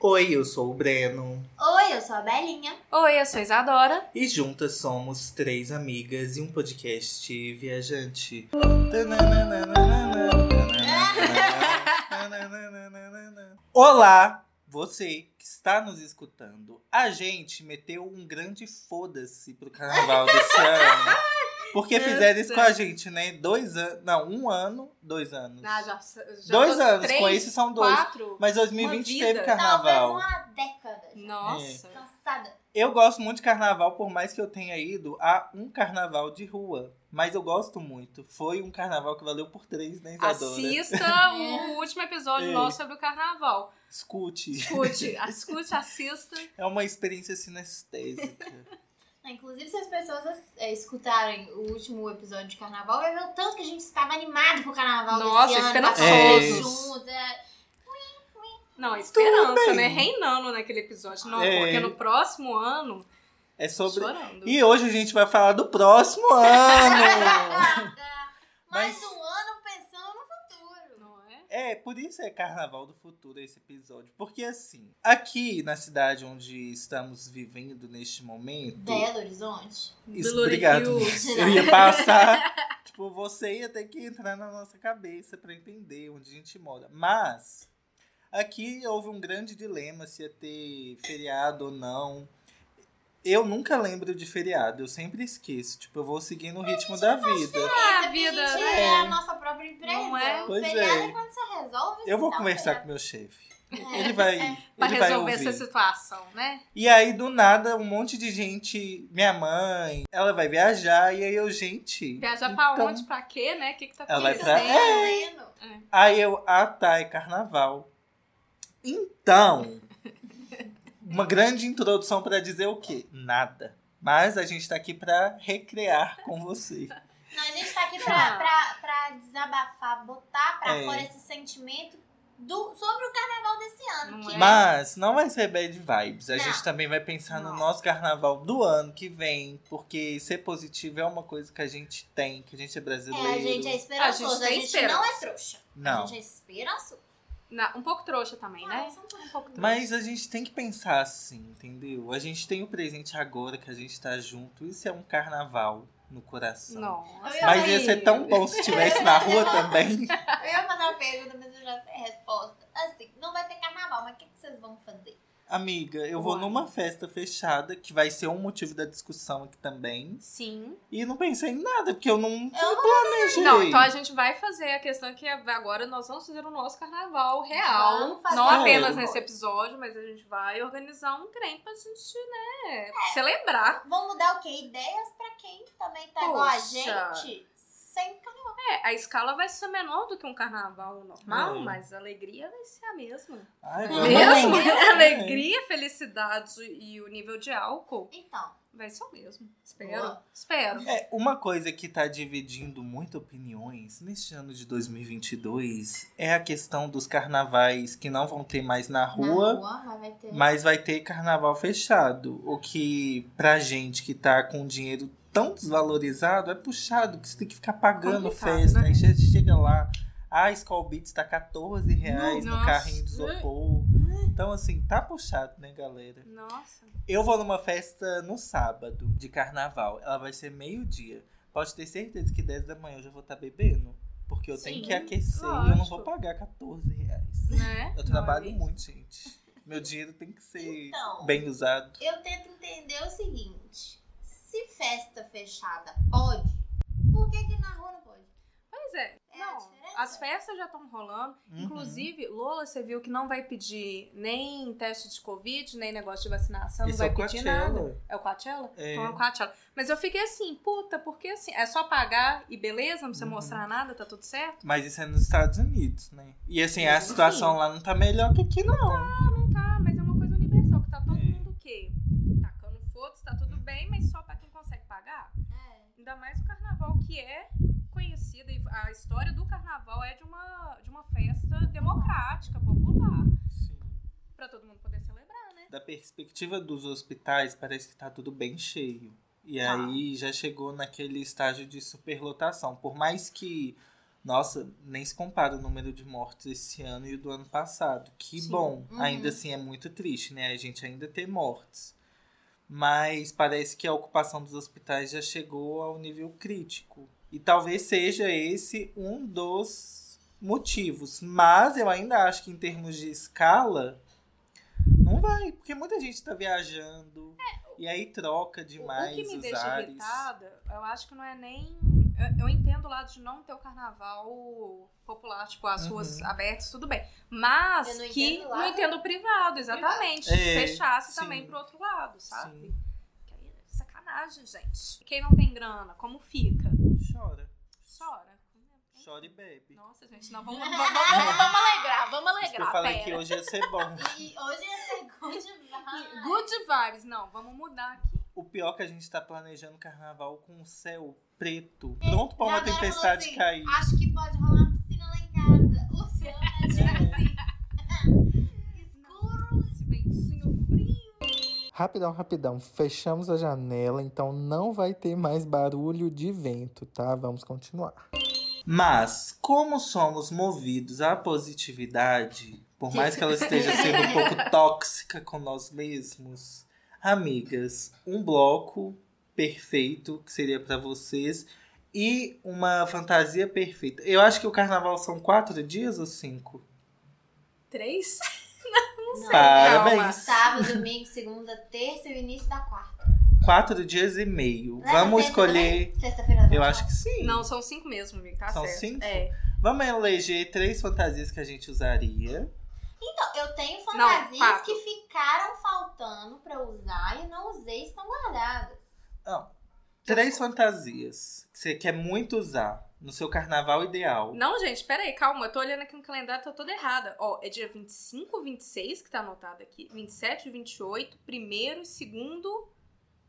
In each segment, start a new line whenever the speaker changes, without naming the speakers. Oi, eu sou o Breno.
Oi, eu sou a Belinha.
Oi, eu sou Isadora.
E juntas somos três amigas e um podcast viajante. Tananana. Olá, você que está nos escutando. A gente meteu um grande foda-se pro carnaval desse ano. Porque fizeram isso com a gente, né? Dois anos. Não, um ano, dois anos.
Ah, já, já
dois
tô-
anos,
três,
com esse são dois.
quatro.
Mas 2020
vida.
teve
Talvez
carnaval.
uma década. já.
É.
Nossa.
Cansada.
Eu gosto muito de carnaval, por mais que eu tenha ido a um carnaval de rua. Mas eu gosto muito. Foi um carnaval que valeu por três, né, Isadora?
Assista o último episódio
É.
nosso sobre o carnaval.
Escute.
Escute, escute, assista.
É uma experiência sinestésica.
Ah, Inclusive, se as pessoas é, escutarem o último episódio de carnaval, vai ver o tanto que a gente estava animado pro carnaval
Nossa,
desse ano.
esperançosos.
passamos juntos, é.
Não, esperança,
bem.
né? Reinando naquele episódio. Não,
É.
porque no próximo ano,
É sobre.
chorando.
E hoje a gente vai falar do próximo ano!
Mais
Mas-
um ano pensando no futuro.
Não é?
É, por isso é Carnaval do Futuro esse episódio. Porque assim, aqui na cidade onde estamos vivendo neste momento.
Belo Horizonte.
Isso,
Blue
obrigado.
Hills.
Eu ia passar. tipo, você ia ter que entrar na nossa cabeça pra entender onde a gente mora. Mas aqui houve um grande dilema se ia ter feriado ou não. Eu nunca lembro de feriado, eu sempre esqueço. Tipo, eu vou seguindo o ritmo da vida.
Ah,
Essa
vida,
A gente
né?
é a nossa própria empresa.
Não é?
O
Pois
feriado
é.
é quando você resolve.
Eu vou
tá
dar um
conversar com meu chefe. Ele vai,
É, Pra
ele vai
resolver essa
ouvir.
situação, né?
E aí, do nada, um monte de gente, minha mãe, ela vai viajar, e aí eu, gente.
Viajar pra
então-
onde, pra quê, né? O que que tá
Ela
feriado.
vai
O que
pra- É.
você
acontecendo?
tá fazendo?
Aí eu, ah tá, é carnaval. Então, uma grande introdução pra dizer o quê? Nada. Mas a gente tá aqui pra recrear com você.
Não, a gente tá aqui pra,
Ah.
pra, pra desabafar, botar pra
É.
fora esse sentimento do, sobre o carnaval desse ano.
Não
que
é?
Mas não vai ser bad vibes. A gente
Não.
também vai pensar no
Não.
nosso carnaval do ano que vem, porque ser positivo é uma coisa que a gente tem, que a gente é brasileiro.
é, a gente é esperançoso, a
tem
gente,
esperança.
não é trouxa. A
Não.
gente é esperançoso.
Na- um pouco trouxa também,
Ah,
né?
só um pouco.
Um pouco trouxa.
Mas a gente tem que pensar assim, entendeu? A gente tem o presente agora que a gente tá junto. Isso é um carnaval no coração.
Nossa.
Eu
Mas ia ser tão bom se tivesse na rua também.
Eu ia fazer uma pergunta, mas eu já sei a resposta. Assim, não vai ter carnaval, mas o que, que vocês vão fazer?
Amiga, eu vou
Uai.
numa festa fechada, que vai ser um motivo da discussão aqui também.
Sim.
E não pensei em nada, porque eu não
Eu
planejei.
Não, então a gente vai fazer a questão que agora nós vamos fazer o nosso carnaval real.
Vamos fazer. um
Não apenas
É.
nesse episódio, mas a gente vai organizar um trem pra gente, né, celebrar.
Vão mudar o quê? Ideias pra quem também tá igual a
Poxa.
gente? Sem carnaval.
É, a escala vai ser menor do que um carnaval normal,
É.
mas a alegria vai ser a mesma.
Ai, vamos.
Mesmo?
É.
alegria, felicidade e o nível de álcool
Então,
vai ser o mesmo. Espero.
Boa.
Espero.
É, uma coisa que tá dividindo muito opiniões neste ano de 2022 é a questão dos carnavais que não vão ter mais na rua.
na rua mas vai ter.
Mas vai ter carnaval fechado. O que, pra gente que tá com o dinheiro tão desvalorizado, é puxado, que você tem que ficar pagando
Complicado,
festa.
né?
Aí che- chega lá, a Skull Beats tá 14 reais no
Nossa. é.
carrinho de isopor. Então, assim, tá puxado, né, galera?
Nossa.
Eu vou numa festa no sábado de carnaval. Ela vai ser meio-dia. Pode ter certeza que 10 da manhã eu já vou estar bebendo. Porque eu tenho
Sim,
que aquecer e eu não vou
lógico.
pagar 14 reais.
Né?
Eu trabalho
Não é
muito, gente. Meu dinheiro tem que ser
Então.
bem usado.
Eu tento entender o seguinte: se festa fechada pode, por que, que na rua não pode?
Pois é.
É a
não,
diferença.
as festas já estão rolando.
Uhum.
Inclusive, Lola, você viu que não vai pedir nem teste de Covid, nem negócio de vacinação,
Uhum.
não
Isso é
vai
o
pedir
Coachella.
nada. É o Coachella?
É.
Então é o Coachella. Mas eu fiquei assim, puta, porque assim, é só pagar e beleza, não precisa
Uhum.
mostrar nada, tá tudo certo?
Mas isso é nos Estados Unidos, né? E assim, a
Mas, enfim.
situação lá não tá melhor que aqui, não.
Não tá, mas é uma coisa universal, que tá todo
É.
mundo o quê? Tacando fotos, tá tudo
Uhum.
bem, mas só pra quem consegue pagar.
É.
Ainda mais o carnaval, que é conhecido, e a história do carnaval é de uma, de uma festa democrática, popular,
Sim.
pra todo mundo poder celebrar, né?
Da perspectiva dos hospitais, parece que tá tudo bem cheio. E
Tá.
aí já chegou naquele estágio de superlotação. Por mais que Nossa, nem se compara o número de mortes esse ano e o do ano passado. Que
Sim.
bom.
Uhum.
Ainda assim é muito triste, né? A gente ainda ter mortes. Mas parece que a ocupação dos hospitais já chegou ao nível crítico. E talvez seja esse um dos motivos. Mas eu ainda acho que em termos de escala, não vai. Porque muita gente tá viajando. E aí troca demais
o que me
os
deixa
ares.
irritada, eu acho que não é nem. eu- Eu entendo o lado de não ter o carnaval popular, tipo, as
Uhum.
ruas abertas, tudo bem. Mas
Eu não
que
entendo o
não
lado-
entendo o privado, exatamente.
É,
Fechasse
sim.
também pro outro lado, sabe?
Sim.
Que aí é sacanagem, gente. Quem não tem grana, como fica?
Chora.
Chora.
Chora e bebe.
Nossa, gente, não, é vamos, vamos,
É.
vamos, vamos alegrar, vamos
Por isso que
alegrar,
eu falei
pera.
que hoje ia ser bom.
E, e hoje é segunda
Good vibes, não, vamos mudar aqui.
O pior é que a gente tá planejando carnaval com o céu preto. Pronto pra uma
Isadora falou
tempestade
assim,
cair.
Acho que pode rolar uma piscina lá em casa. O céu tá tipo
É.
assim. Escuro.
Esse ventinho frio.
Rapidão, rapidão. Fechamos a janela, então não vai ter mais barulho de vento, tá? Vamos continuar. Mas, como somos movidos à positividade, por mais que ela esteja sendo um pouco tóxica com nós mesmos, amigas, um bloco perfeito que seria pra vocês e uma fantasia perfeita. Eu acho que o carnaval são quatro dias ou cinco?
Três?
Não,
Parabéns.
Sábado, domingo, segunda, terça e o início da quarta.
Quatro dias e meio.
Leva né?
Vamos
sexta
escolher.
também? Sexta-feira da
Eu acho que sim.
Não, são cinco mesmo, amigo, tá
São
certo.
cinco?
É.
Vamos eleger três fantasias que a gente usaria.
Então, eu tenho fantasias
quatro.
que ficaram faltando pra eu usar e não usei estão guardadas.
Três fantasias que você quer muito usar no seu carnaval ideal.
Não, gente, peraí, calma. Eu tô olhando aqui no calendário, tô toda errada. Ó, é dia 25, 26 que tá anotado aqui. 27, 28, primeiro, segundo.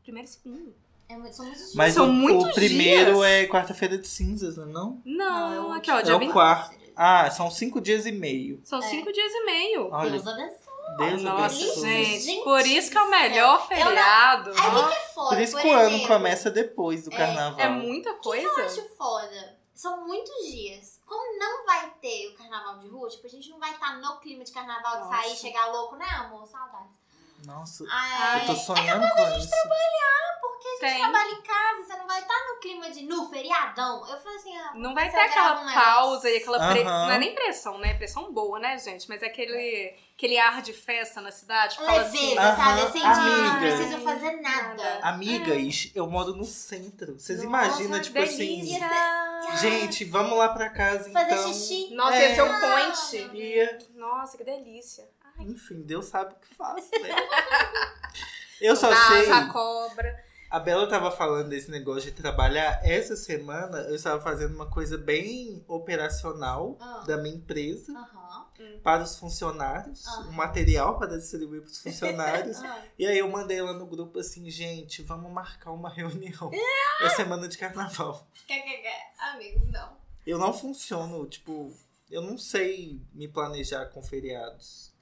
Primeiro e segundo.
É muito, são muitos
Mas
São
o,
muitos
o primeiro
dias.
é quarta-feira de cindias, não é não?
Não,
Não, é o
aqui, ó,
É
dia
o
20.
quarto. Ah, são cinco dias e meio.
É.
São cinco dias e meio.
Olha,
Deus abençoe.
Ah, Deus
Nossa,
abençoe.
gente,
Gente
Por isso que é o
do céu.
melhor
Eu não-
feriado.
Aí o
Nossa,
que que é foda?
Por isso
Por
que o ano
exemplo,
começa depois do
É,
carnaval.
é muita
Eu
coisa.
acho foda. São muitos dias. Como não vai ter o carnaval de rua, tipo, a gente não vai estar no clima de carnaval de
Nossa.
sair, chegar louco, né, amor? Saudades.
Nossa,
Ah,
é
eu tô sonhando
tá
com isso.
porque Então, a gente
Tem.
trabalha em casa, você não vai estar no clima de no feriadão. Eu falei assim, ah,
Não vai ter
Você
aquela
grava um negócio.
pausa e aquela. pre-
Aham.
Não é nem pressão, né? Pressão boa, né, gente? Mas é aquele, aquele ar de festa na cidade. que
Um
Fala assim,
leveza,
Aham,
sabe? Assim, de
amiga.
não preciso fazer nada.
Nada.
Amigas, eu moro no centro. Vocês
Nossa,
imaginam, tipo
delícia.
assim. Gente, vamos lá pra casa
Fazer
então.
xixi.
Nossa,
É.
esse é o point.
E
Nossa, que delícia. Ai,
Enfim, Deus sabe o que faz, né? Eu só
Vaza
sei.
a cobra.
A Bela tava falando desse negócio de trabalhar. Essa semana eu estava fazendo uma coisa bem operacional
Ah.
da minha empresa
Aham.
para os funcionários,
Ah.
um material para distribuir para os funcionários.
Ah.
e aí eu mandei lá no grupo assim, gente, vamos marcar uma reunião. É semana de carnaval.
Quer, quer, quer. Amigo, não.
Eu não funciono, tipo, eu não sei me planejar com feriados.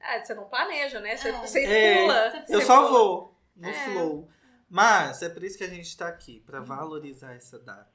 Ah, você não planeja, né? Você,
É.
você
É,
pula.
Eu
você
só
pula.
vou no
É. Uhum.
flow. Mas é por isso que a gente tá aqui, pra valorizar essa data.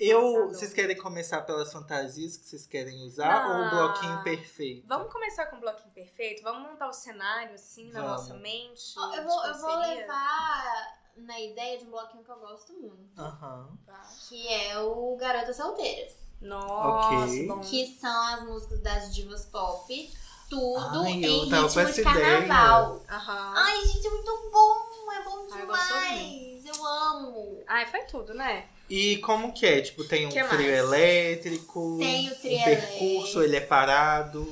Eu,
Arrasador.
vocês querem começar pelas fantasias que vocês querem usar ou o
Ah.
bloquinho perfeito?
Vamos começar com o bloquinho perfeito? Vamos montar o cenário assim na
Vamos.
nossa mente?
Ó, Eu vou,
de
eu
como
vou
seria?
levar na ideia de um bloquinho que eu gosto muito.
Aham.
Tá.
Que é o Garotas Solteiras.
Nossa,
Ok.
bom.
Que são as músicas das divas pop. Tudo
Ai,
em
eu tava com
ritmo
essa
de carnaval.
Aham.
Ai, gente, é muito bom. É bom
Ai, Ah, eu gosto
demais. Eu amo.
Ai, foi tudo, né?
E como que é? Tipo, tem um
Que
trio
mais?
elétrico?
Tem o trio
um percurso, ele é parado.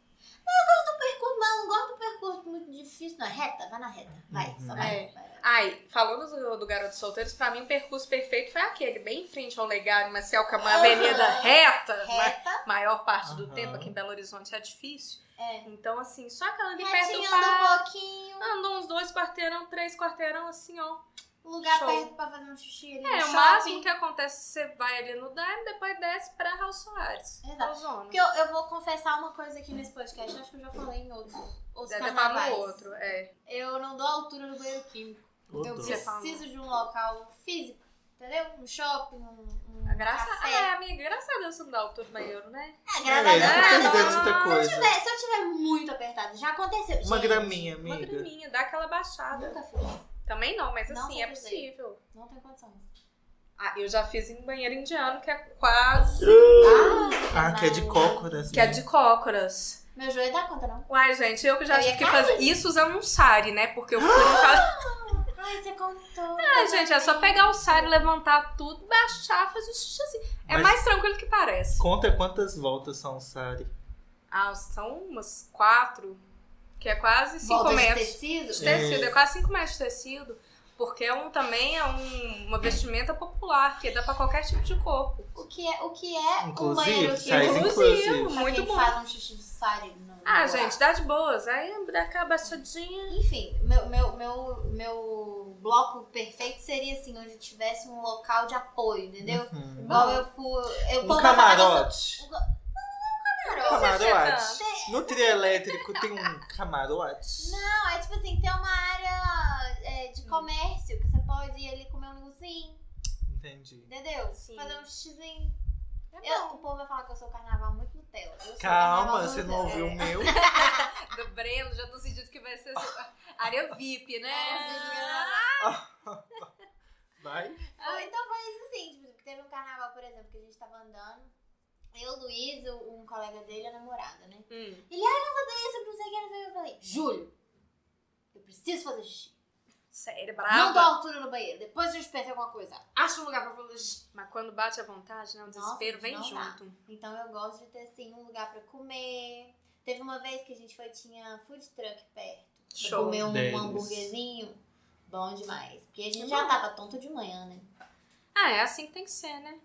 O percurso, mas eu não gosto do percurso muito difícil. Não, é reta? Vai na reta. Vai, só
Uhum.
vai.
É.
vai.
Ai, falando do, do Garoto Solteiros, pra mim o percurso perfeito foi aquele, bem em frente ao Legário Maciel, que é uma avenida
Aham.
reta, ma-
Reta.
maior parte do
Aham.
tempo aqui em Belo Horizonte é difícil.
É.
Então, assim, só que ali perto do
Retinha
parque,
um pouquinho.
andou uns dois quarteirão, três quarteirão, assim, ó.
Lugar
Show.
perto pra fazer um xixi ali no
É, o
shopping.
máximo que acontece, você vai ali no Daime, depois desce pra Raul Soares.
Exato.
pra zona. É,
Porque eu, eu vou confessar uma coisa aqui nesse podcast, acho que eu já falei em outro. Os
Deve estar
carnavais.
no outro, é.
Eu não dou altura no banheiro químico. Eu
Odor.
Você fala.
preciso de um local físico Entendeu? Um shopping, um, um
A graça.
café.
Ah, amiga, graças a Deus você não dá o todo banheiro, né?
É,
É,
gravadora.
não
Ah,
quer dizer
não.
muita
Se eu,
coisa.
tiver, se eu tiver muito apertado, já aconteceu.
Uma
Gente,
graminha,
Uma
amiga.
graminha, dá aquela baixada.
Nunca fiz.
Também não, mas
Não
assim, é
precisei.
possível.
Não tem condições.
Ah, eu já fiz em banheiro indiano, que é quase.
Ah, que é de
mas-
cócoras.
Que é
né?
de cócoras.
Meu joelho dá conta, não.
Uai, gente, eu que já
Eu ia
tive que
cair.
fazer isso usando um sari, né? Porque eu fui no caso.
Ai, você contou.
Ah, gente, é só pegar o sari, levantar tudo, baixar, fazer o xixi assim. É
Mas-
mais tranquilo que parece.
Conta quantas voltas são o sari.
Ah, são umas quatro, que é quase cinco
Volta de
metros.
tecido.
De
É.
tecido, é quase cinco metros de tecido. Porque é um, também é um, uma vestimenta popular, que dá pra qualquer tipo de corpo.
O que é, o que é um
Inclusive,
banheiro que
size
usa
inclusive.
pra
muito
quem
bom.
faz um xixi de sari no no
Ah,
buraco?
gente, dá de boas. Aí dá aquela baixadinha.
Enfim, meu, meu, meu, meu bloco perfeito seria assim, onde tivesse um local de apoio, entendeu?
Uhum.
Igual eu fui. Eu
Um
povo vai falar que eu sou
camarote.
é
camarote.
Camarote. No trio elétrico tem um camarote.
Não, é tipo assim, tem uma área é,
Hum.
de comércio que você pode ir ali comer um negocinho,
Entendi.
entendeu?
Sim.
Fazer um xizinho.
É
Eu,
bom.
o povo vai falar que eu sou carnaval muito Nutella. Eu sou
Calma,
carnaval
você
muito
é.
não
Nutella.
ouviu um o meu?
do Breno, já tô sentindo que vai ser assim, área VIP, né?
É.
Vai.
Ah.
Foi- Então foi isso assim, tipo, teve um carnaval, por exemplo, que a gente tava andando. Eu, Luiz, o- um colega dele, a namorada, né?
Hum.
Isso, não sei o que, não sei o que. Eu falei, Júlio, eu preciso fazer xixi.
Sério,
Não dou
brava.
altura no banheiro. Depois a gente pensa em alguma coisa. Acha um lugar pra fazer xixi.
Mas quando bate a vontade, né? O
Nossa,
desespero
gente,
vem
não dá.
junto.
Então eu gosto de ter assim um lugar pra comer. Teve uma vez que a gente foi, tinha food truck perto. Pra
Show.
comer um
Deles.
hambúrguerzinho. Bom demais. Porque a gente
É
já
bom.
tava tonto de manhã, né?
Ah, é assim que tem que ser, né?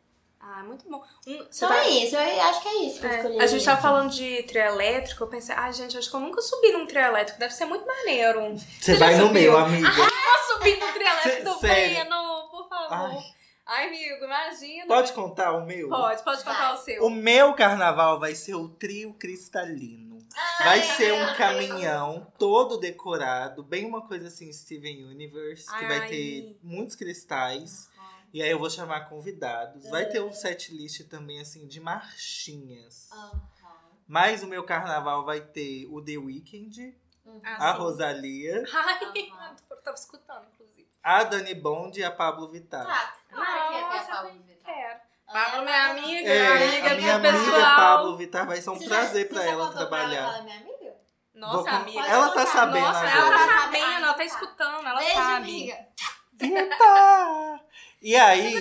Ah, muito bom. Um, você
Então
tá-
é isso, eu acho que é isso que eu
É,
escolhi.
a gente
um.
tava falando de trio elétrico, eu pensei, ah, gente, acho que eu nunca subi num trio elétrico, deve ser muito maneiro. Eu
Você
já
vai no
subiu? Ah,
meu, amiga.
subi num trio elétrico do
Sério?
Breno, por favor. Ai, amigo, imagina.
Pode contar o meu?
Pode, pode contar
Vai.
o seu.
O meu carnaval vai ser o trio cristalino. Vai ser um caminhão todo decorado, bem uma coisa assim, Steven Universe, que vai
Ai.
ter muitos cristais. E aí eu vou chamar convidados. Vai ter um set list também, assim, de marchinhas.
Ah.
Mas o meu carnaval vai ter o The Weeknd, a
Ah, sim.
Rosalia,
Ai,
Aham.
eu tava escutando, inclusive.
a Dani Bond e a Pablo Vittar.
Tá,
é
claro que ia ter a
Nossa,
Paula Vittar.
Quero. Pablo, minha amiga,
É,
amiga
a minha
do
amiga
pessoal.
Pablo Vittar vai ser um
Você já-
prazer pra
você já
ela
contou pra
trabalhar.
Ela, que ela é minha amiga?
Vou
Nossa,
contar.
amiga.
Ela
tá
contar.
sabendo
Nossa,
agora.
ela tá
Ela sabe.
sabendo, ela tá
Ah,
escutando, ela
Beijo,
sabe.
amiga.
Eita! E aí,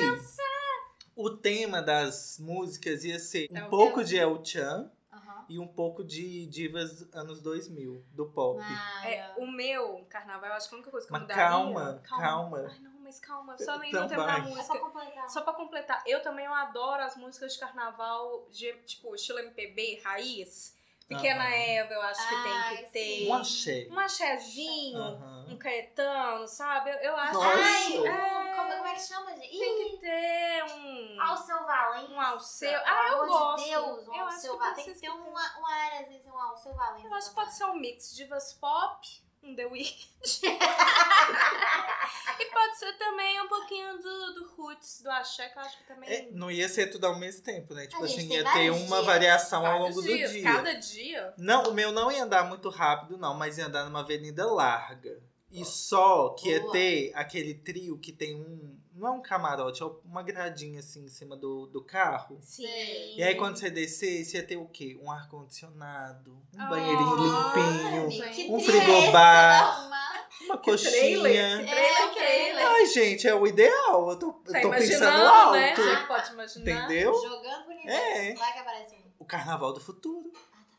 o tema das músicas ia ser um
É o
pouco
quê?
de El Chan
Aham.
e um pouco de divas anos 2000, do pop.
Ah,
É, o meu carnaval, eu acho que a única coisa que eu
Mas
mudaria...
calma, calma.
Ai, não, mas calma, só nem
Então
não terminar a
vai.
É só
música.
completar.
Só pra completar, eu também eu adoro as músicas de carnaval, de, tipo, estilo MPB, raiz. Pequena
Aham.
Eva, eu acho que
Ai,
tem que
Ah, sim.
ter.
Um axé.
Um axézinho,
Aham.
um caetano, sabe? Eu, eu acho
Nossa.
Ai,
que...
um- como, como é que chama, gente?
Tem
Ih,
que ter um...
ao seu Valença.
Um Alceu.
Pelo
Ah, eu
amor
gosto.
De Deus, um
Eu acho
Alceu
que
Valença. Tem que
vocês
ter
que têm.
uma, uma área, às vezes, um Alceu Valença.
Eu acho que
Ah.
pode ser um mix divas pop, um The Weeknd. e pode ser também um pouquinho do, do roots, do axé, que eu acho que também...
É, não ia ser tudo ao mesmo tempo, né? Tipo
gente,
assim,
tem
ia ter
vários
uma
dias.
variação ao
Vários
longo do
dias,
dia.
Cada dia.
Não, o meu não ia andar muito rápido, não, mas ia andar numa avenida larga. E só que ia
Boa.
ter aquele trio que tem um. Não é um camarote, é uma gradinha assim em cima do, do carro.
Sim.
E aí, quando você descesse, ia ter o quê? Um ar-condicionado, um
Ah,
banheirinho limpinho,
amiga.
um frigobar. uma
é trailer.
coxinha.
Trailer, é trailer.
Ai, gente, é o ideal. Eu tô, eu
Tá
tô pensando
imaginando,
alto.
né?
alto.
Você pode imaginar.
Entendeu?
Jogando pro universo.
É.
Lá que aparece um.
O carnaval do futuro.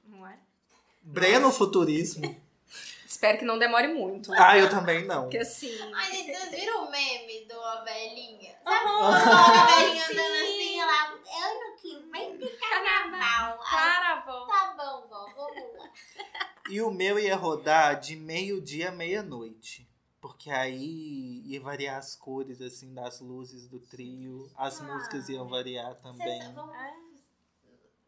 Não é?
Breno Futurismo.
Espero que não demore muito.
Ah, eu também não.
Porque assim...
Ai, gente, vocês viram o meme do Ovelhinha? Sabe
Ah,
a velhinha
sim.
andando assim, ela... Ano que vem de carnaval. Ah,
Carnaval.
tá bom, vó, vamos
Tá
lá.
E o meu ia rodar de meio-dia à meia-noite. Porque aí ia variar as cores, assim, das luzes do trio. As
Ah.
músicas iam variar também.
Vocês vão...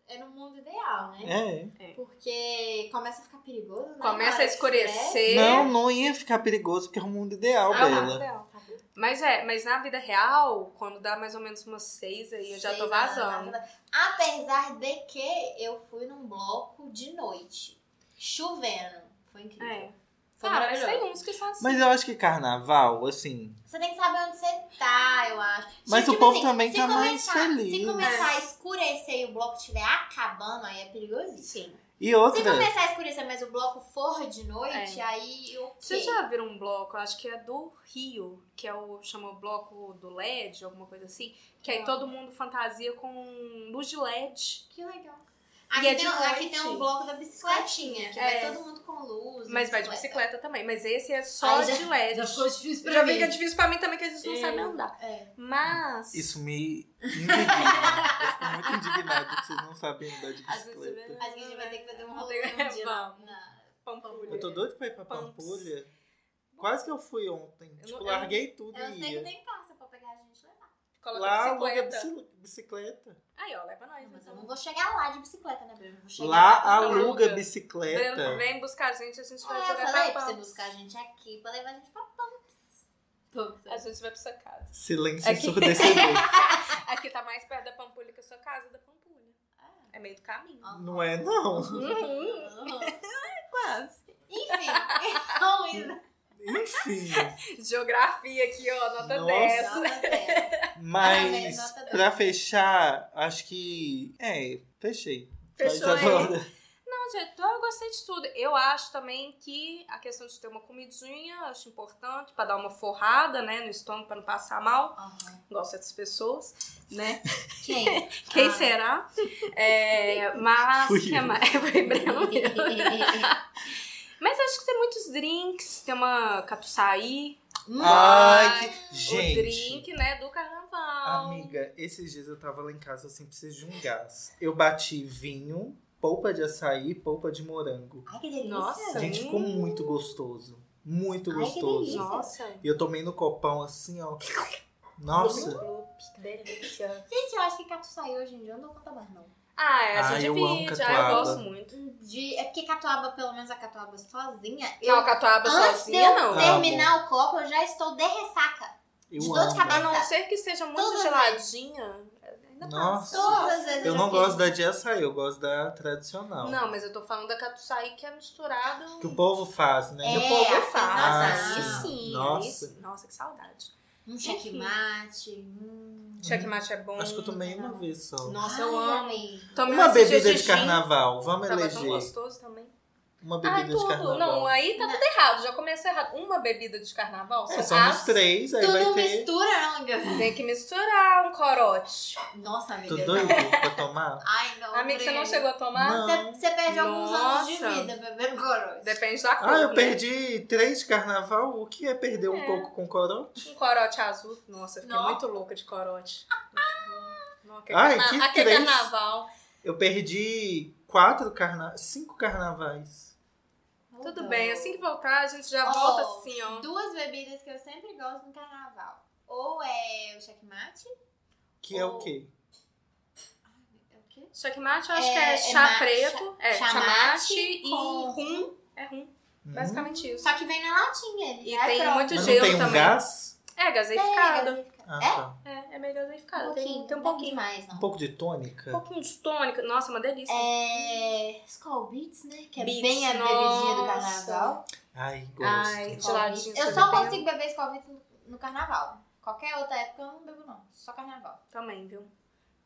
É no mundo ideal, né?
É.
Porque começa a ficar perigoso, né?
Começa a
Parece, né?
escurecer.
Não, não ia ficar perigoso, porque é o um mundo ideal
Ah,
dela.
Bela. Mas é, mas na vida real, quando dá mais ou menos umas seis aí, eu já
Sei
tô
lá,
vazando.
tá vazando. Apesar de que eu fui num bloco de noite, chovendo. Foi incrível.
É.
Foi
Cara, mas tem
maravilhoso.
uns que são assim.
Mas eu acho que carnaval, assim.
Você tem que saber onde você tá, eu acho. Tipo,
Mas o
tipo
povo
assim,
também
se
tá
começar-
mais feliz.
Se começar
É.
a escurecer e o bloco estiver acabando, aí é perigosíssimo.
E
Se
outra.
começar a escurecer, mas o bloco for de noite,
É.
aí eu.
Vocês já viram um bloco, acho que é do Rio, que é o chama o bloco do LED, alguma coisa assim, que aí
Não.
todo mundo fantasia com luz de LED.
Que legal.
E
Aqui,
é de
tem, aqui
noite.
tem um bloco da bicicletinha, que
É.
vai todo mundo com luz.
Mas vai de bicicleta também, mas esse é só
Aí já-
de LED.
Já ficou difícil pra
Já
mim.
fica difícil pra mim também, que a gente não
É.
sabe andar.
É.
Mas.
Isso me indigna. eu fico muito indignado que vocês não sabem andar de
Às vezes você
é bicicleta.
vê- né? É
Acho que a gente vai ter que fazer um
Vamos
rolê
ter-
um dia na-
Vamos.
na-
Pampulha.
Eu tô doido pra ir pra
Pampas.
Pampulha. Quase que eu fui ontem.
Eu
Tipo,
não-
larguei tudo
Eu
e
sei que
ia.
tem parça pra pegar a gente e levar.
Coloca
Lá assim. aluga
bicicleta.
bici- bicicleta.
Aí, ó, leva nós.
Não, mas eu
então.
não vou chegar lá de bicicleta, né, Bruno? Eu Vou chegar
Lá
aluga.
aluga
Vem,
bicicleta.
vem buscar a gente, a gente vai
Ah, eu
jogar
falei pra
pra
você
Pampas.
buscar a gente aqui pra levar a gente pra
A
Pampas.
gente vai pra sua casa.
Silêncio
Aqui.
ensurdecedor.
Aqui tá mais perto da Pampulha que a sua casa da Pampulha. É meio do caminho. Uhum.
Ah.
Não é, não.
Quase.
Enfim, então, Isa,
Enfim.
Geografia aqui, ó, nota
Nossa.
10.
não, não quero. Parabéns,
Mas,
nota dez.
pra fechar, acho que. É, fechei.
Fechou
Mas
aí.
agora-
Não, gente, eu gostei de tudo. Eu acho também que a questão de ter uma comidinha, eu acho importante pra dar uma forrada, né, no estômago pra não passar mal.
Aham.
Igual certas pessoas, né?
Quem?
Quem
Ah.
será? É, mas
Fui
que
eu.
mais? Foi Breno mesmo. Mas acho que tem muitos drinks, tem uma catuçaí,
Ai, que.
o
Gente.
drink, né, do carnaval.
Amiga, esses dias eu tava lá em casa, eu assim, preciso de um gás. Eu bati vinho, polpa de açaí, polpa de morango.
Ai, que delícia.
Nossa.
Gente, ficou muito gostoso. Muito
Ai, que
gostoso.
delícia.
Nossa.
E eu tomei no copão assim, ó.
um
Nossa.
Que delícia.
Gente, eu acho que catuçaí hoje em dia eu não dou conta mais, não.
Ah, é, a
Ah,
gente
eu amo
divide. Ah,
catuaba.
eu gosto muito.
De- é porque catuaba, pelo menos a catuaba sozinha, eu...
Não, a catuaba
Antes de
sozinha,
eu
não.
Ah,
terminar o copo, eu já estou de ressaca.
Eu
de dor de
A
amo.
cabeça.
não ser que seja muito
Todas as
geladinha. Ainda
Nossa.
passa.
Todas as vezes
Eu
já
não
fiz.
gosto da de açaí, eu gosto da tradicional.
assim, Não, mas eu tô falando da catuçaí que é misturado.
Que o povo faz, né?
É,
o povo
a
faz.
sensação.
Aí sim.
Nossa.
aí sim. Nossa, que saudade.
Um checkmate. Hum.
Checkmate é bom.
Acho que eu tomei uma vez só.
Nossa, eu
Ai,
amo.
amei.
Tomei
Uma
esses dias
bebida de
gin,
carnaval, vamos
Tava tão
eleger.
gostoso também.
Uma
Ah,
bebida de
tudo.
carnaval.
Não, aí tá
Não.
tudo errado. Já começou errado. Uma bebida de carnaval,
É,
só
somos
as...
três, aí vai
Tudo
ter.
mistura, não, Gabi?
Tem que misturar um corote.
Nossa, amiga.
Tô
não.
doido pra tomar?
Ai, não.
Amigo, você não
Breno.
chegou a tomar?
Não.
Você, você perde alguns anos de
Nossa.
vida bebendo corote.
Depende da cor.
Ah, eu
né?
perdi três de carnaval. O que é perder um
É.
pouco com corote?
Um corote azul. Nossa, eu fiquei
Não.
muito louca de corote. Não, aquele
Ai,
carna-
que
aquele
três.
carnaval.
Eu perdi quatro carna... cinco carnavais.
Mudou.
Tudo bem, assim que voltar, a gente já
Oh.
volta assim, ó.
Duas bebidas que eu sempre gosto no carnaval. Ou é o checkmate.
Que é o
Oh.
quê?
É o quê?
Checkmate, eu acho
É,
que é
é
chá
ma-
preto. É,
chamate
chamate e
com-
rum. É rum.
Hum?
Basicamente isso.
Só que vem na latinha. Ele
E
já é
tem
pronto.
muito
Mas não
gelo
tem um
também.
gás?
É, gaseificado.
É,
Ah,
É?
tá.
É, é meio gaseificado.
um
tem,
pouquinho,
tem um pouquinho.
mais, não.
Um pouco de
Um
tônica.
pouquinho de tônica. Nossa, uma delícia.
É. Skull Beats, né? Que é
Beats,
bem a bebidinha do
nossa.
carnaval.
Ai, gosto.
Ai, de ladinho.
Eu
você
só
bebe
consigo beber Skull Beats no, no carnaval. Qualquer outra época eu não bebo, não. Só carnaval.
Também, viu?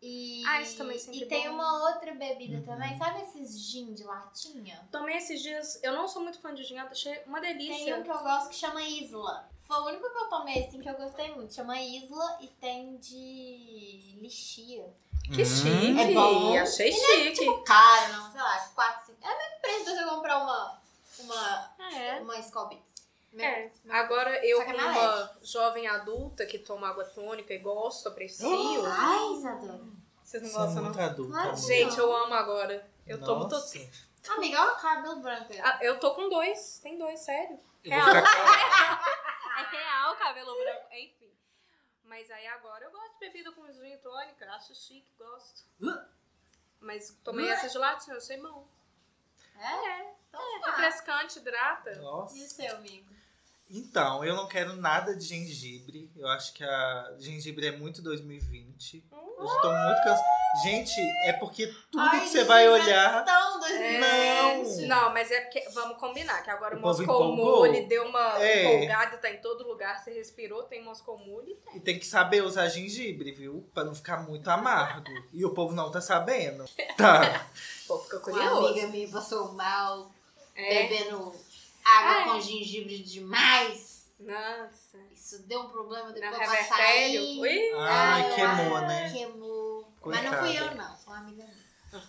E,
Ah, isso também é sempre
E tem
bom.
uma outra bebida
Uhum.
também. Sabe esses gin de latinha?
Tomei esses dias, eu não sou muito fã de gin, eu achei uma
Tem um
delícia.
que eu gosto que chama Isla. Foi o único que eu tomei, assim, que eu gostei muito. Chama Isla e tem de lixia.
Hum?
Que chique.
É tipo bom.
Achei chique.
Caro, não, sei lá, 4, 5... É o mesmo preço de você comprar uma, uma,
É.
uma Skull Beats.
É, agora eu,
Só que é
como
mais
uma jovem adulta que toma água tônica e gosto, aprecio.
Ai, Isadora.
Vocês não
Você é
gostam,
muito
não?
adulta.
Claro.
amiga.
Gente, eu amo agora. Eu tomo todo
Nossa.
Amiga, olha o cabelo branco aí. É?
Ah, Eu tô com dois, tem dois, sério.
Eu vou ficar calado.
É real cabelo branco, enfim. Mas aí agora eu gosto de bebida com gin e tônica, acho chique, gosto. Mas tomei essa gelatina, eu achei bom.
É? Então
Ah. É. Refrescante, hidrata.
Nossa.
E o seu, amigo?
Então, eu não quero nada de gengibre. Eu acho que a gengibre é muito 2020. Eu já tô muito cansado. Gente, é porque tudo
Ai,
que você
gente, tá
vai
já
olhar.
Estão dois
É,
Não!
Não, mas é porque. Vamos combinar, que agora o,
O povo
Moscou
empolgou.
Mule deu uma
É.
empolgada, tá em todo lugar. Você respirou, tem Moscou Mule.
E tem que saber usar gengibre, viu? Pra não ficar muito amargo. E o povo não tá sabendo. Tá.
Pô, fica
Uma
curioso.
amiga minha passou mal
É.
bebendo água
Ah,
com gengibre demais.
Nossa.
Isso deu um problema
Na
depois pra
revertério.
sair.
Ui.
Ai,
eu
queimou,
acho
né?
que Queimou. Mas
Coitada.
não fui eu, não. Foi uma amiga minha.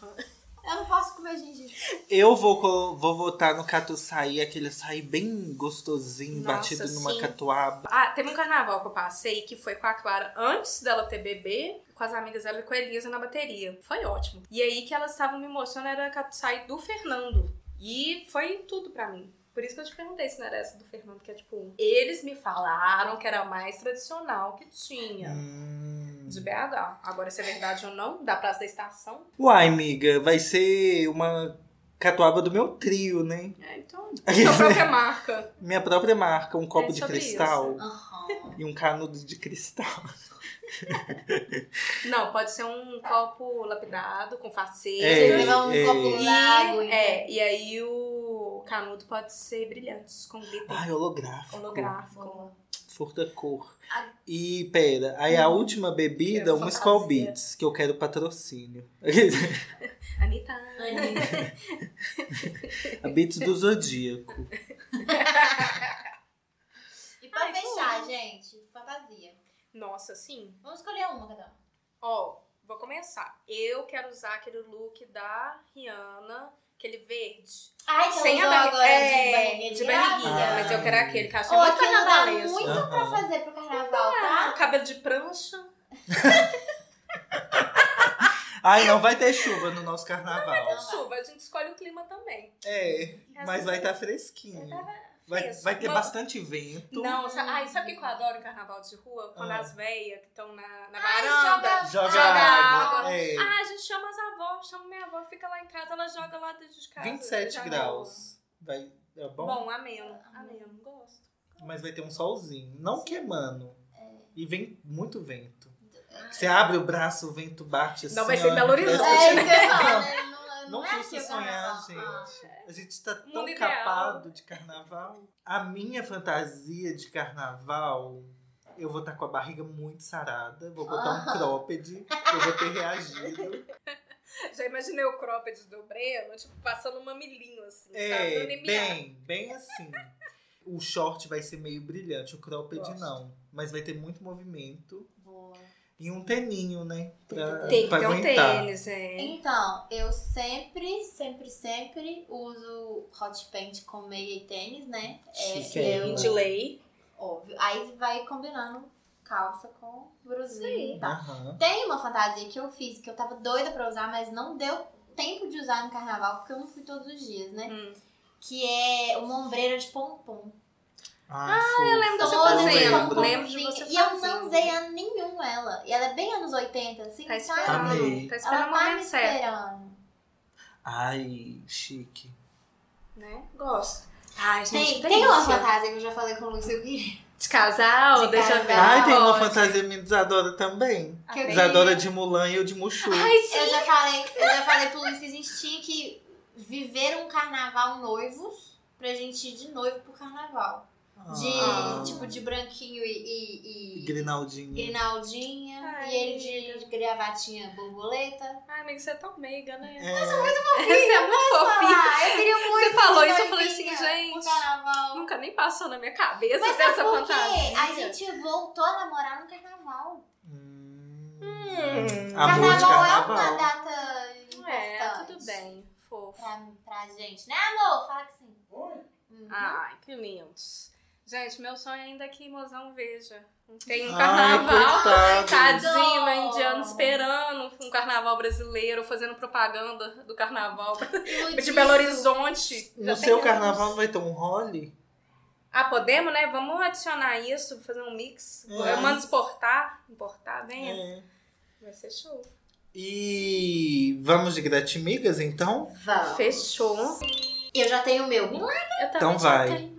Eu não posso comer gengibre.
Eu vou, co- vou votar no catuçaí, aquele açaí bem gostosinho,
Nossa,
batido numa
sim.
catuaba.
Ah, teve um carnaval que eu passei que foi com a Clara antes dela ter bebê, com as amigas dela e com a Elisa na bateria. Foi ótimo. E aí que elas estavam me mostrando era a Katsai do Fernando. E foi tudo pra mim. Por isso que eu te perguntei se não era essa do Fernando, que é tipo. Eles me falaram que era a mais tradicional que tinha.
Hum.
De BH. Agora, se é verdade ou não, da Praça da Estação.
Uai, amiga, vai ser uma catuaba do meu trio, né?
É, então. Sua própria marca.
Minha própria marca, um copo de
É sobre
cristal
Aham.
e um canudo de cristal.
Não, pode ser um copo lapidado, com
É,
facetas.
Você levar um
é.
copo
E,
lago.
é, e aí o canudo pode ser brilhante, com glitter
Ai, holográfico.
holográfico.
então.
Furta cor.
Ah.
E pera, aí a última bebida,
Hum. Eu
uma
fantasia.
Skull Beats, que eu quero patrocínio.
Anitta.
é.
a Beats do Zodíaco.
E pra
Ai,
fechar,
tudo.
gente, fantasia.
Nossa, sim.
Vamos escolher uma cada um.
Ó, vou começar. Eu quero usar aquele look da Rihanna, aquele verde.
Ai, que ela usou
barri-
agora de
é,
barriguinha.
de barriguinha,
Ah.
mas eu quero aquele que eu achei
Ou
muito
aquilo dá
carnavalesco.
muito pra
Aham.
fazer pro carnaval, tá?
Ah, cabelo de prancha.
Ai, não vai ter chuva no nosso carnaval.
Chuva, a gente escolhe o clima também.
É, mas vai estar fresquinho. Vai, vai ter
tá Não.
bastante vento.
Não, sabe, ai, sabe o que eu adoro em carnaval de rua? Quando
Ah.
as veias que estão na, na
Ai,
varanda.
Joga,
Joga
água.
água.
É,
Ah, a gente chama as avós, chama minha avó, fica lá em casa, ela joga lá dentro de casa.
27
já
graus. Vai, é bom?
Bom, bom ameno. Ameno, gosto.
Mas vai ter um solzinho. Não queimando.
É.
E vem muito vento. Você abre o braço, o vento bate assim.
Não vai ser
ó,
em Belo Horizonte,
parece
É,
que-
isso que eu falo, né? Não,
Não
não é
custa
aqui o
sonhar,
carnaval. Ah,
gente. A gente tá tão
Mundo ideal.
capado de carnaval. A minha fantasia de carnaval, eu vou estar com a barriga muito sarada, vou botar um
Ah.
cropped, eu vou ter reagido.
Já imaginei o cropped do Breno, tipo, passando um mamilinho assim, sabe?
É,
Dando NBA.
bem, bem assim. O short vai ser meio brilhante, o cropped
Gosto.
não. Mas vai ter muito movimento.
Boa.
E um teninho, né? Pra,
Tem que
pra
ter um
aguentar.
tênis, é.
Então, eu sempre, sempre, sempre uso hot paint com meia e tênis, né?
Chique,
É,
né?
eu,
De lei.
óbvio. Aí vai combinando calça com brusinha
tá?
e tal.
Aham.
Tem uma fantasia que eu fiz, que eu tava doida pra usar, mas não deu tempo de usar no carnaval, porque eu não fui todos os dias, né?
Hum.
Que é uma ombreira de pompom.
Ai, ah, eu
lembro de você um
Toda
fazendo.
de
Lembro.
Lembro de você
E eu não
fazendo.
usei ano nenhum ela. E ela é bem anos 80, assim,
Tá
sabe?
Amei.
esperando. Tá
Ela
esperando o
tá me
momento certo,
esperando.
Ai, chique.
né? Gosto. Ai, gente,
Tem, tem uma
delícia.
fantasia que eu já falei com o Luiz eu queria.
De casal,
De
deixa
casal.
eu ver.
Ai, tem uma
Ótimo.
fantasia minha desadora também.
que eu
Amei.
Desadora de Mulan e eu de Mushu.
Ai, sim.
Eu já falei, eu já falei pro Luiz que a gente tinha que viver um carnaval noivos pra gente ir de noivo pro carnaval. De,
Ah.
tipo, de branquinho e- e- e
Grinaldinho.
Grinaldinha
Ai,
e ele de gravatinha borboleta.
Ai, amiga, você é tão meiga, né?
É,
Você é muito fofinha.
Ah, eu queria muito.
Você falou
uma
isso, eu falei assim,
noivinha
gente,
pro carnaval.
Nunca nem passou na minha cabeça
Mas
dessa
sabe por quê?
fantasia.
A gente voltou a namorar no carnaval.
Hum.
Hum.
Amor de
é uma
carnaval.
data importante.
É, tudo bem. Fofo.
Pra, pra gente, né, amor? Fala que sim. Uhum.
Ai, que lindos. Gente, meu sonho ainda é que mozão veja. Tem um
Ai,
carnaval.
coitado.
Tadinho,
Dó.
a indiana esperando um carnaval brasileiro, fazendo propaganda do carnaval de
Iludíssimo.
Belo Horizonte. Já
No
tem
seu
anos.
carnaval não vai ter um role?
Ah, podemos, né? Vamos adicionar isso, fazer um mix.
É.
Eu mando exportar, importar, né?
É.
Vai ser show.
E vamos de gratimigas, então?
Vamos.
Fechou.
Eu já tenho o meu.
Eu também
Então
já um.
vai.
tenho.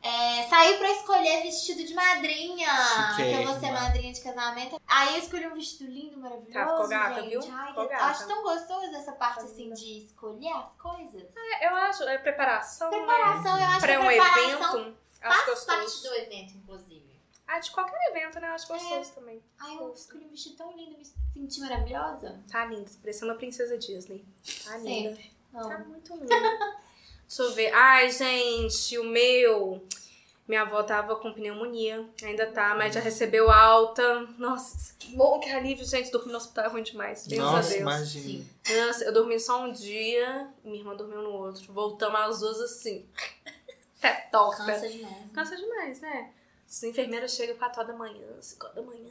É, Aí pra escolher vestido de madrinha, que eu vou ser
Chiquérrima.
madrinha de casamento. Aí eu escolhi um vestido lindo, maravilhoso.
Tá, ficou gata,
gente.
viu?
Ai,
Ficou
eu
gata.
acho tão gostoso essa parte
Ficou
assim
linda.
de escolher as coisas.
Eu acho, é preparação, né?
Preparação, eu acho
Pra
que
um
a preparação
evento, acho
faz parte
gostoso.
do É. evento, inclusive.
Ah, de qualquer evento, né? Acho gostoso também.
Ai, eu escolhi um vestido tão lindo, me senti maravilhosa.
Tá lindo, tá parecendo a princesa Disney. Tá linda.
Sempre. Não.
Tá muito lindo. Deixa eu ver. Ai, gente, o meu. Minha avó tava com pneumonia. Ainda tá, mas já recebeu alta. Nossa, que bom, que alívio, gente. Dormir no hospital é ruim demais. Deus a
Nossa,
Deus.
imagina.
Sim.
Nossa, eu dormi só um dia, minha irmã dormiu no outro. Voltamos às duas assim. Até toca.
Cansa demais.
Cansa demais, né? As enfermeiras chegam 4 horas da manhã, 5 horas da manhã.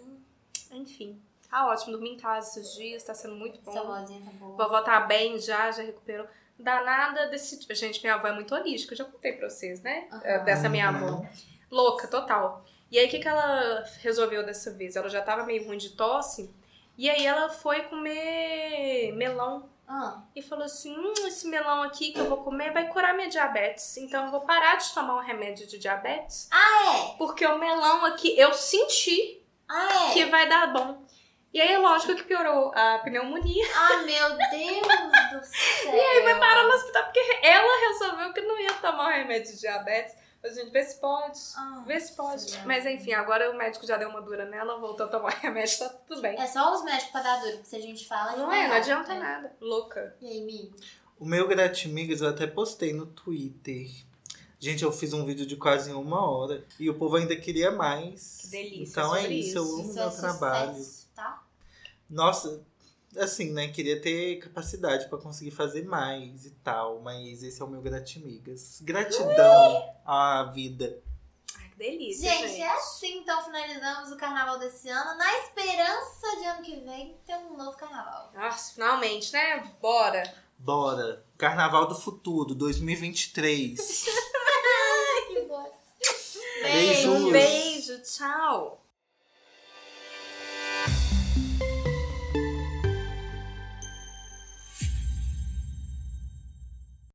Enfim. Tá ótimo, dormi em casa esses dias, tá sendo muito bom.
Essa vozinha tá boa.
Vovó tá bem já, já recuperou. Danada desse tipo. Gente, minha avó é muito holística, eu já contei pra vocês, né?
Aham.
Eh, Dessa minha
Uhum.
avó. Louca, total. E aí, o que, que ela resolveu dessa vez? Ela já tava meio ruim de tosse. E aí, ela foi comer melão.
Ah,
E falou assim: hum, esse melão aqui que eu vou comer vai curar minha diabetes. Então, eu vou parar de tomar um remédio de diabetes.
ah, é!
Porque o melão aqui, eu senti
Ah, é!
que vai dar bom. E aí, lógico que piorou a pneumonia.
Ah, meu Deus do céu! E aí vai
parar no hospital porque ela resolveu que não ia tomar o remédio de diabetes. Mas, gente, vê se pode.
Ah.
Vê se pode.
Sim. é.
Mas enfim, agora o médico já deu uma dura nela, voltou a tomar remédio, tá tudo bem.
É só os médicos pra dar duro, porque se a gente fala. a gente
Não
dá
é, não
errado,
adianta
né?
nada. Louca.
E aí, Mi?
O meu Gratimigas eu até postei no Twitter. Gente, eu fiz um vídeo de quase uma hora. E o povo ainda queria mais.
Que delícia,
Então é
sobre
isso, eu
isso.
amo
Isso
meu
é
trabalho.
sucesso, tá?
Nossa, assim, né? Queria ter capacidade pra conseguir fazer mais e tal. Mas esse é o meu Gratimigas. Gratidão à vida.
Ai, que delícia.
Gente, é assim então finalizamos o carnaval desse ano, na esperança de ano que vem ter um novo carnaval.
Nossa, finalmente, né? Bora.
Bora. Carnaval do Futuro, 2023.
Ai, que bosta.
Beijos.
Um beijo, tchau.